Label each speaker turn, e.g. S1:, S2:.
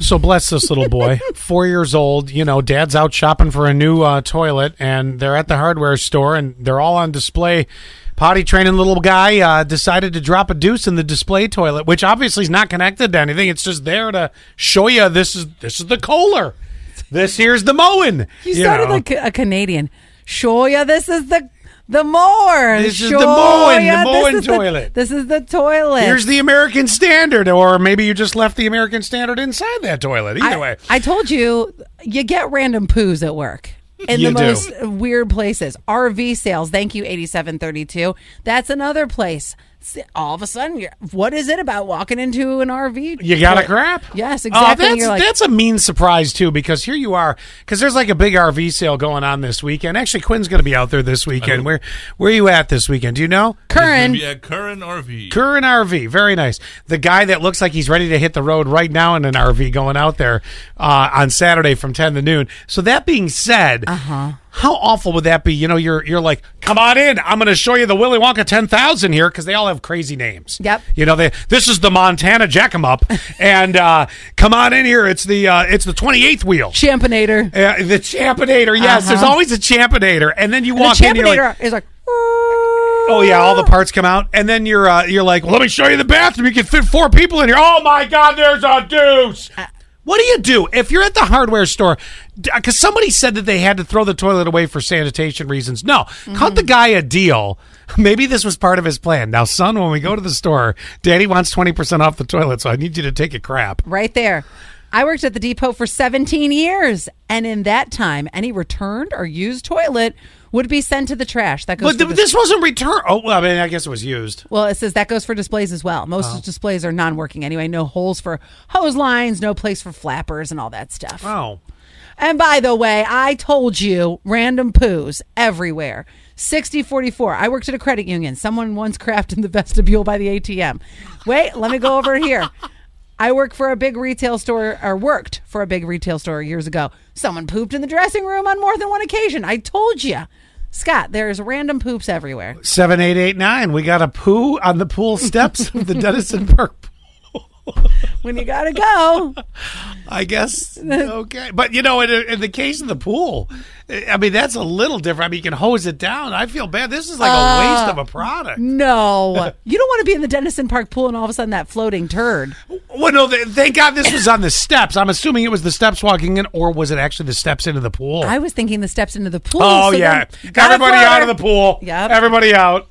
S1: So bless this little boy, four years old. You know, dad's out shopping for a new uh, toilet, and they're at the hardware store, and they're all on display. Potty training little guy uh, decided to drop a deuce in the display toilet, which obviously is not connected to anything. It's just there to show you this is this is the Kohler. This here's the mowing.
S2: You sounded
S1: know.
S2: like a Canadian. Show ya, this is the the mower.
S1: This is
S2: Show
S1: the mowing, the
S2: ya, this
S1: mowing
S2: is
S1: toilet.
S2: this is the toilet.
S1: Here's the American standard, or maybe you just left the American standard inside that toilet. Either
S2: I,
S1: way,
S2: I told you, you get random poos at work in
S1: You
S2: the
S1: do.
S2: most weird places. RV sales. Thank you, eighty-seven thirty-two. That's another place. S- All of a sudden, you're, what is it about walking into an RV?
S1: you got a
S2: toilet?
S1: crap.
S2: Yes,
S1: Oh,
S2: exactly.
S1: that's,
S2: You're like-
S1: that's a mean surprise too, because here you are, because there's like a big RV sale going on this weekend. Actually, Quinn's going to be out there this weekend. Where where are you at this weekend? Do you know?
S2: Curran.
S3: Yeah, Curran RV.
S1: Curran RV, very nice. The guy that looks like he's ready to hit the road right now in an RV going out there uh, on Saturday from ten to noon. So that being said,
S2: Uh-huh.
S1: how awful would that be? You know, you're you're like, come on in, I'm going to show you the Willy Wonka ten thousand here because they all have crazy names.
S2: Yep.
S1: You know, they this is the Montana Jackemup, and uh, come on in here. It's the uh, it's the twenty eighth wheel.
S2: Champinator.
S1: Uh, the Champinator, yes. There's always a Champinator, and then you
S2: Uh-huh. The
S1: walk in, you're like,
S2: Champinator is like.
S1: Oh yeah, all the parts come out, and then you're uh, you're like, well, let me show you the bathroom. You can fit four people in here. Oh my God, there's a deuce. what do you do if you're at the hardware store? Because somebody said that they had to throw the toilet away for sanitation reasons. No, cut the guy a deal. Maybe this was part of his plan. Now, son, when we go to the store, Daddy wants twenty percent off the toilet, so I need you to take a crap.
S2: right there. I worked at the depot for 17 years, and in that time, any returned or used toilet would be sent to the trash. That goes.
S1: But
S2: for
S1: th-
S2: dis-
S1: this wasn't return. Oh, well, I mean, I guess it was used.
S2: well, it says that goes for displays as well. Most
S1: Oh.
S2: displays are non-working anyway. No holes for hose lines, no place for flappers, and all that stuff.
S1: Oh.
S2: And by the way, I told you random poos everywhere. 6044. I worked at a credit union. Someone once crapped in the vestibule by the ATM. Wait, let me go over here. I work for a big retail store or worked for a big retail store years ago. Someone pooped in the dressing room on more than one occasion. I told you. Scott, there's random poops everywhere.
S1: 7889. We got a poo on the pool steps of the Denison Park
S2: When you got to go,
S1: I guess okay, but you know, in, in the case of the pool, I mean that's a little different. I mean, you can hose it down. I feel bad. This is like a waste of a product.
S2: no. You don't want to be in the Dennison Park pool and all of a sudden that floating turd.
S1: Well, no, th- thank God this was on the steps. I'm assuming it was the steps walking in, or was it actually the steps into the pool?
S2: I was thinking the steps into the pool.
S1: oh
S2: so
S1: yeah,
S2: then-
S1: everybody
S2: Gotta
S1: out of
S2: flutter.
S1: the pool.
S2: Yep.
S1: everybody out.